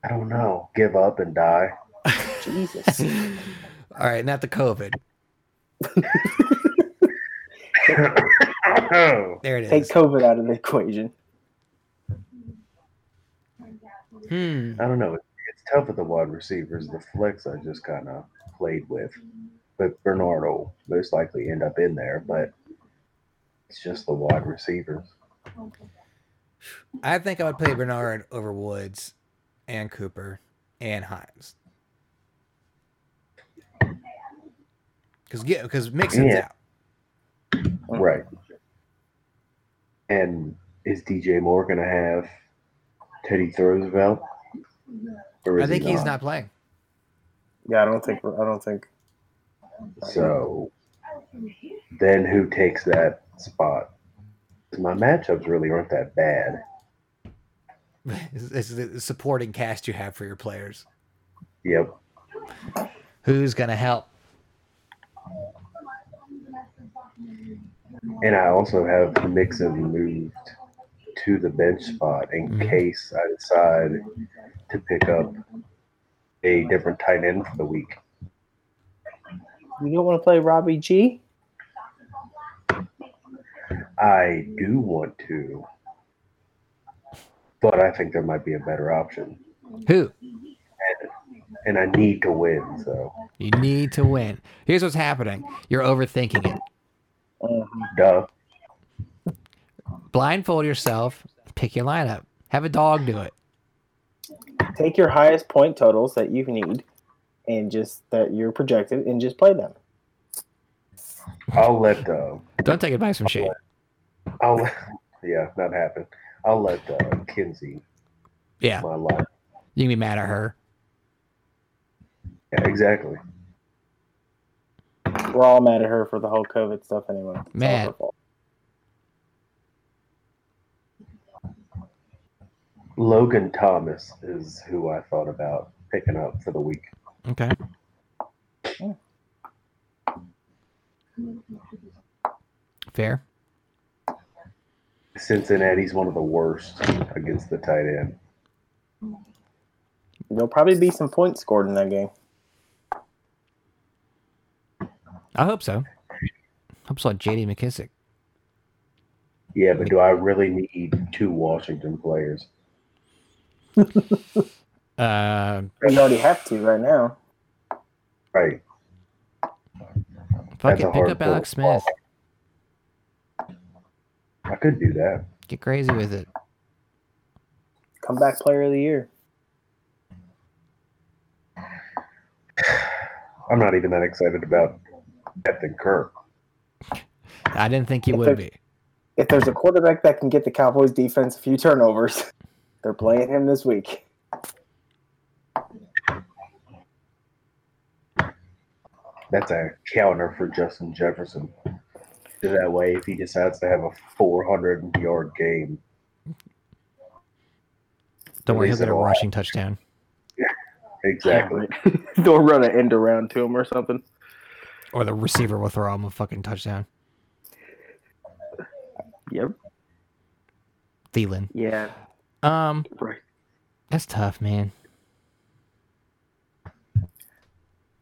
Speaker 1: I don't know. Give up and die. [coughs]
Speaker 3: Jesus.
Speaker 2: [laughs] All right, not the COVID. There it
Speaker 3: Take
Speaker 2: is.
Speaker 3: COVID out of the [laughs] equation.
Speaker 2: Hmm.
Speaker 1: I don't know. It- It's tough with the wide receivers. The flex I just kind of played with, but Bernard will most likely end up in there. But it's just the wide receivers.
Speaker 2: Hmm. I think I would play Bernard over Woods and Cooper and Hines. Because yeah, because Mixon's
Speaker 1: Yeah.
Speaker 2: out.
Speaker 1: Right. And is DJ Moore going to have Teddy Roosevelt? Or
Speaker 2: I
Speaker 1: is
Speaker 2: think
Speaker 1: he
Speaker 2: he's not playing. [laughs]
Speaker 3: Yeah, I don't think. I don't think.
Speaker 1: So then who takes that spot? 'Cause My matchups really aren't that bad.
Speaker 2: It's- it's the supporting cast you have for your players.
Speaker 1: Yep.
Speaker 2: Who's gonna help?
Speaker 1: And I also have Mixon moved to the bench spot in
Speaker 2: Mhm.
Speaker 1: case I decide to pick up a different tight end for the week.
Speaker 3: You don't want to play Robbie G?
Speaker 1: I do want to, but I think there might be a better option.
Speaker 2: Who?
Speaker 1: And I need to win, so
Speaker 2: You need to win. Here's what's happening. You're overthinking it. Mm-hmm.
Speaker 1: duh.
Speaker 2: Blindfold yourself, pick your lineup. Have a dog do it.
Speaker 3: Take your highest point totals that you need, and just that you're projected, and just play them.
Speaker 1: I'll let uh,
Speaker 2: Don't take advice from Shane.
Speaker 1: I'll [laughs] let- yeah, not happen. I'll let uh, Kinsey
Speaker 2: Yeah.
Speaker 1: my life.
Speaker 2: You can be mad at her.
Speaker 1: Yeah, exactly.
Speaker 3: We're all mad at her for the whole COVID stuff anyway. It's all
Speaker 2: Man.
Speaker 3: her fault.
Speaker 1: Logan Thomas is who I thought about picking up for the week.
Speaker 2: Okay. Fair.
Speaker 1: Cincinnati's one of the worst against the tight end.
Speaker 3: There'll probably be some points scored in that game.
Speaker 2: I hope so. Hope so. JD McKissick.
Speaker 1: Yeah, but do I really need two Washington players?
Speaker 2: Uh,
Speaker 3: We already have to right now.
Speaker 1: Right.
Speaker 2: fuck
Speaker 1: That's a
Speaker 2: it. Pick
Speaker 1: hard
Speaker 2: up Alex
Speaker 1: pull.
Speaker 2: Smith.
Speaker 1: I could do that.
Speaker 2: Get crazy with it.
Speaker 3: Comeback player of the year.
Speaker 1: I'm not even that excited about Captain Kirk.
Speaker 2: I didn't think you would be.
Speaker 3: If there's a quarterback that can get the Cowboys defense a few turnovers, [laughs] they're playing him this week.
Speaker 1: That's a counter for Justin Jefferson. That way, if he decides to have a 400 yard game,
Speaker 2: Don't worry. He'll
Speaker 1: least
Speaker 2: get a
Speaker 1: it'll-
Speaker 2: rushing touchdown.
Speaker 1: exactly.
Speaker 3: [laughs] They'll run an end around to him or something.
Speaker 2: Or the receiver will throw him a fucking touchdown.
Speaker 3: Yep.
Speaker 2: Thielen.
Speaker 3: Yeah.
Speaker 2: Um,
Speaker 3: Right.
Speaker 2: that's tough, man.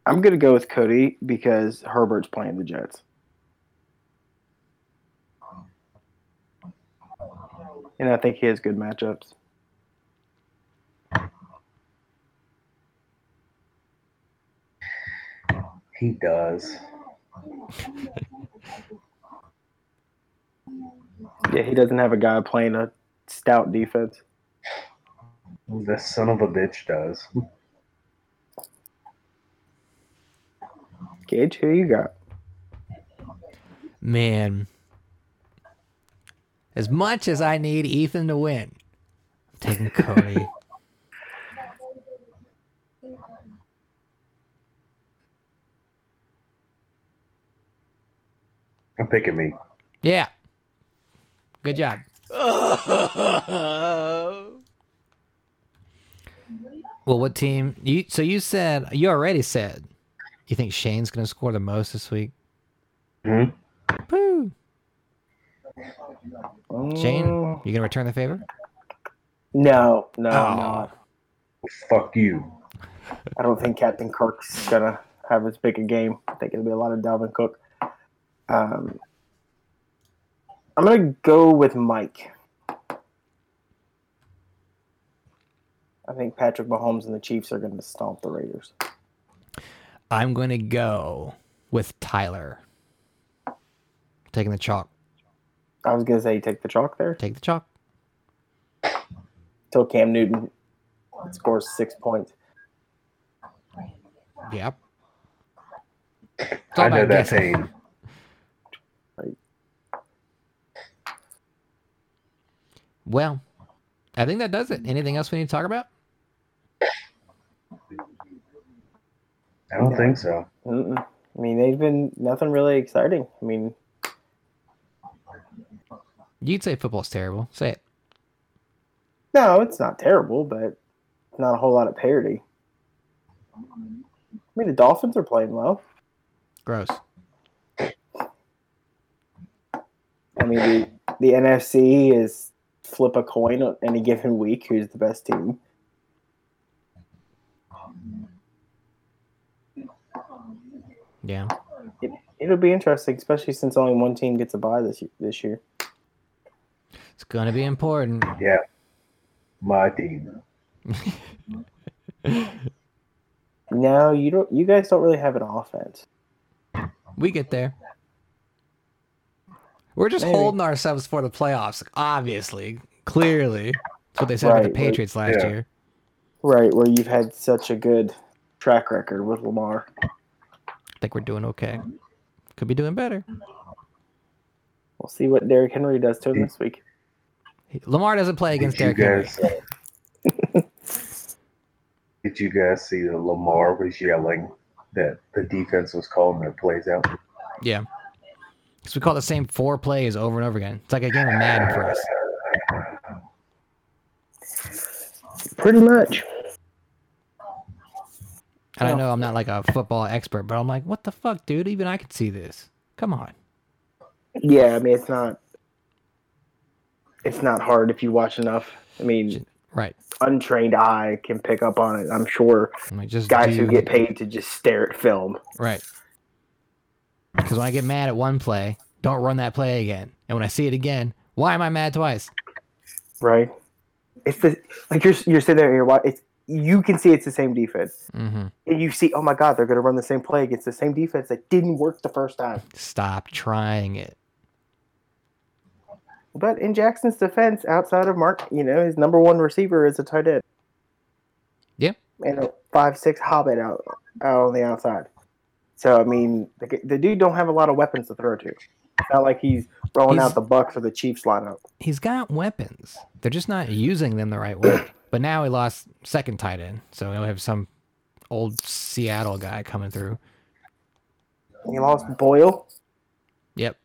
Speaker 3: I'm gonna go with Cody because Herbert's playing the Jets. And I think he has good matchups.
Speaker 1: He does.
Speaker 3: Yeah, he doesn't have a guy playing a stout defense.
Speaker 1: The son of a bitch does.
Speaker 3: Gage, who you got?
Speaker 2: Man. As much as I need Ethan to win, I'm taking Cody.
Speaker 1: I'm picking me.
Speaker 2: yeah. Good job. well, what team? You so you said you already said you think Shane's going to score the most this week.
Speaker 1: Mhm.
Speaker 2: Woo. Shane,
Speaker 3: Mm,
Speaker 2: you going to return the favor?
Speaker 3: No, no,
Speaker 2: Oh.
Speaker 3: I'm not.
Speaker 1: Fuck you.
Speaker 3: I don't think Captain Kirk's gonna have as big a game. I think it'll be a lot of Dalvin Cook. Um, I'm gonna go with Mike. I think Patrick Mahomes and the Chiefs are gonna stomp the Raiders.
Speaker 2: I'm going to go with Tyler. Taking the chalk.
Speaker 3: I was gonna say take the chalk there
Speaker 2: Take the chalk.
Speaker 3: till Cam Newton scores six points.
Speaker 2: Yep. It's all
Speaker 1: I know
Speaker 2: about
Speaker 1: that
Speaker 2: guessing.
Speaker 1: pain.
Speaker 2: Well, I think that does it. Anything else we need to talk about?
Speaker 1: I don't think so.
Speaker 3: Mm-mm. I mean, they've been nothing really exciting. I mean,
Speaker 2: You'd say football's terrible. Say it.
Speaker 3: No, it's not terrible, but not a whole lot of parity. I mean, the Dolphins are playing well.
Speaker 2: Gross.
Speaker 3: I mean, the, the NFC is flip a coin on any given week who's the best team.
Speaker 2: Yeah.
Speaker 3: It'll be interesting, especially since only one team gets a bye this year, this year.
Speaker 2: It's going to be important.
Speaker 1: My team.
Speaker 3: No, you don't. You guys don't really have an offense.
Speaker 2: We get there. We're just
Speaker 3: Maybe.
Speaker 2: holding ourselves for the playoffs, obviously. Clearly. That's what they said about
Speaker 3: Right,
Speaker 2: the
Speaker 3: but-
Speaker 2: Patriots last
Speaker 1: yeah.
Speaker 2: year.
Speaker 3: Right, where you've had such a good track record with Lamar.
Speaker 2: I think we're doing okay. Could be doing better.
Speaker 3: We'll see what Derrick Henry does to him this week.
Speaker 2: He- Lamar doesn't play against
Speaker 1: did you
Speaker 2: Derrick Henry.
Speaker 1: guys? uh, did you guys see that Lamar was yelling that the defense was calling their plays out?
Speaker 2: Yeah. Because we call the same four plays over and over again. It's like a game of Madden for us.
Speaker 3: Pretty much.
Speaker 2: And I
Speaker 3: Yeah.
Speaker 2: know I'm not like a football expert, but I'm like, what the fuck, dude? Even I could see this. Come on.
Speaker 3: Yeah, I mean it's not. It's not hard if you watch enough. I mean,
Speaker 2: Right.
Speaker 3: untrained eye can pick up on it. I'm sure
Speaker 2: I'm like, just
Speaker 3: guys who
Speaker 2: do-
Speaker 3: get paid to just stare at film.
Speaker 2: Right. Because when I get mad at one play, don't run that play again. And when I see it again, why am I mad twice?
Speaker 3: Right. It's the like you're you're sitting there and you're watching. You can see it's the same defense,
Speaker 2: Mm-hmm.
Speaker 3: and you see, oh my god, they're going to run the same play against the same defense that didn't work the first time.
Speaker 2: Stop trying it.
Speaker 3: But in Jackson's defense, outside of Mark, you know, his number one receiver is a tight end.
Speaker 2: Yeah.
Speaker 3: And a five six hobbit out out on the outside. So I mean, the, g- the dude don't have a lot of weapons to throw to. It's not like he's rolling
Speaker 2: He's-
Speaker 3: out the Bucks or the Chiefs lineup.
Speaker 2: He's got weapons. They're just not using them the right way. But now he lost second tight end, so he'll have some old Seattle guy coming through.
Speaker 3: He lost Boyle.
Speaker 2: Yep.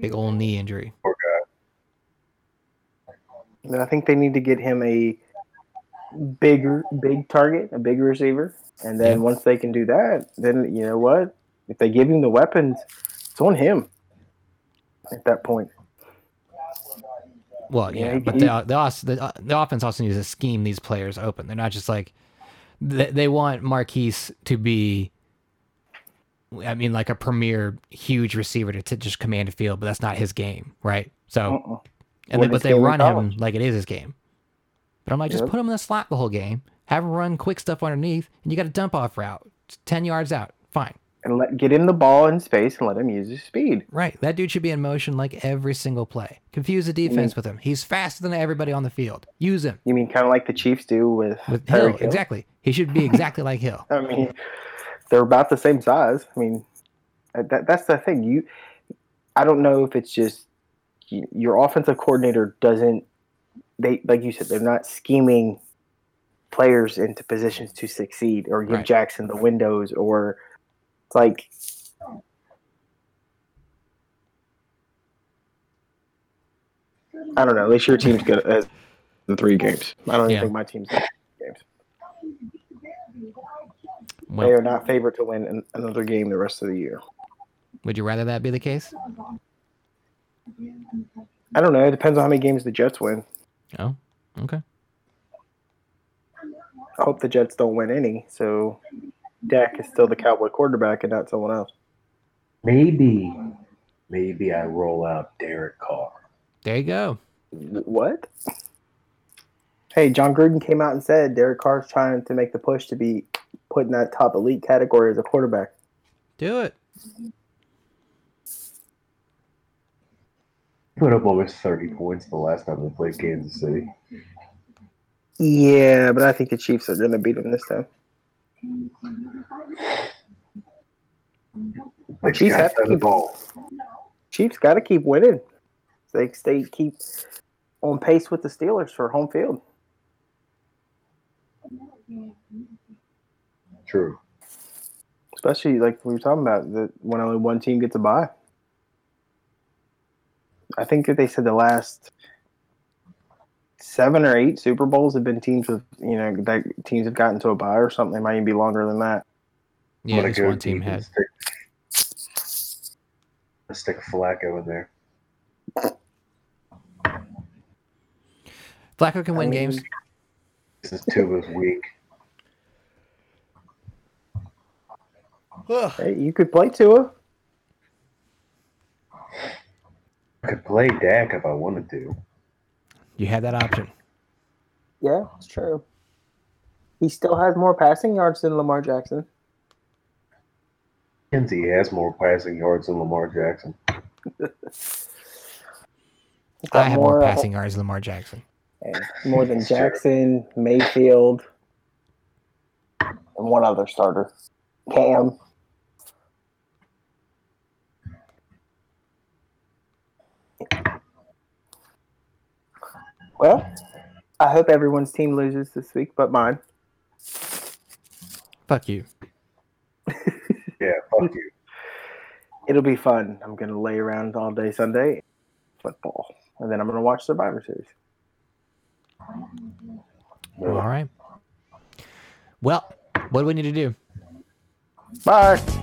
Speaker 2: Big old knee injury.
Speaker 3: And I think they need to get him a bigger, big target, a big receiver. And then
Speaker 2: Yeah.
Speaker 3: once they can do that, then you know what? If they give him the weapons, it's on him. At that point.
Speaker 2: Well,
Speaker 3: Yeah,
Speaker 2: yeah,
Speaker 3: he-
Speaker 2: but
Speaker 3: he-
Speaker 2: the, the, also, the uh, the offense also needs to scheme these players open. They're not just like they, they want Marquise to be. I mean, like a premier, huge receiver to, to just command a field, but that's not his game, right? So,
Speaker 3: Uh-uh.
Speaker 2: and
Speaker 3: What
Speaker 2: they, but
Speaker 3: his
Speaker 2: they
Speaker 3: game in
Speaker 2: run him
Speaker 3: college.
Speaker 2: like it is his game. But I'm like, just
Speaker 3: Yep.
Speaker 2: put him in the slot the whole game, have him run quick stuff underneath, and you got a dump off route, It's ten yards out, fine.
Speaker 3: and let get him the ball in space and let him use his speed.
Speaker 2: Right. That dude should be in motion like every single play. Confuse the defense with him. He's faster than everybody on the field. Use him
Speaker 3: You mean kind of like the Chiefs do with,
Speaker 2: with Hill.
Speaker 3: Tyreek
Speaker 2: Exactly. He should be exactly like
Speaker 3: [laughs]
Speaker 2: Hill.
Speaker 3: I mean, they're about the same size. I mean, uh, that that's the thing. You, I don't know if it's just y your offensive coordinator doesn't. They like you said, they're not scheming players into positions to succeed or give
Speaker 2: Right.
Speaker 3: Jackson the windows or it's like I don't know. At least your team's good at the three games. I don't even
Speaker 2: Yeah.
Speaker 3: think my team's good at three games. They
Speaker 2: Well,
Speaker 3: are not favored to win an, another game the rest of the year.
Speaker 2: would you rather that be the case?
Speaker 3: I don't know. It depends on how many games the Jets win.
Speaker 2: Oh, okay.
Speaker 3: I hope the Jets don't win any. So Dak is still the Cowboy quarterback and not someone else.
Speaker 1: Maybe, maybe I roll out Derek Carr.
Speaker 2: There you go.
Speaker 3: What? Hey, John Gruden came out and said Derek Carr's trying to make the push to be put in that top elite category as a quarterback.
Speaker 2: Do it.
Speaker 1: Put up almost thirty points the last time they played Kansas City.
Speaker 3: Yeah, but I think the Chiefs are going to beat him this time.
Speaker 1: They
Speaker 3: Chiefs
Speaker 1: got
Speaker 3: have to
Speaker 1: the
Speaker 3: keep-
Speaker 1: ball.
Speaker 3: Chiefs got to keep winning. They stay keep on pace with the Steelers for home field.
Speaker 1: True.
Speaker 3: especially like we were talking about that when only one team gets a bye. I think that they said the last seven or eight Super Bowls have been teams with you know that teams have gotten to a bye or something. It might even be longer than that.
Speaker 1: I'm
Speaker 2: Yeah,
Speaker 1: gonna
Speaker 2: at least
Speaker 1: go
Speaker 2: one team
Speaker 1: deep and
Speaker 2: has.
Speaker 1: stick- Stick Flacco in there.
Speaker 2: Flacco can win
Speaker 3: I mean-
Speaker 2: games.
Speaker 1: This is Tuba's week.
Speaker 3: Hey, you could play Tua.
Speaker 1: I could play Dak if I wanted to.
Speaker 2: You have that option.
Speaker 3: Yeah, it's true. He still has more passing yards than Lamar Jackson.
Speaker 1: Kenzie has more passing yards than Lamar Jackson.
Speaker 3: He's got
Speaker 2: I have more
Speaker 3: uh,
Speaker 2: passing yards than Lamar Jackson.
Speaker 3: yeah, more than
Speaker 1: It's true.
Speaker 3: Jackson, Mayfield, and one other starter, Cam. Well, I hope everyone's team loses this week, but mine.
Speaker 2: Fuck you.
Speaker 1: Yeah, fuck you.
Speaker 3: It'll be fun. I'm gonna lay around all day Sunday, football, and then I'm gonna watch Survivor Series.
Speaker 2: All right. Well, what do we need to do?
Speaker 3: Bye.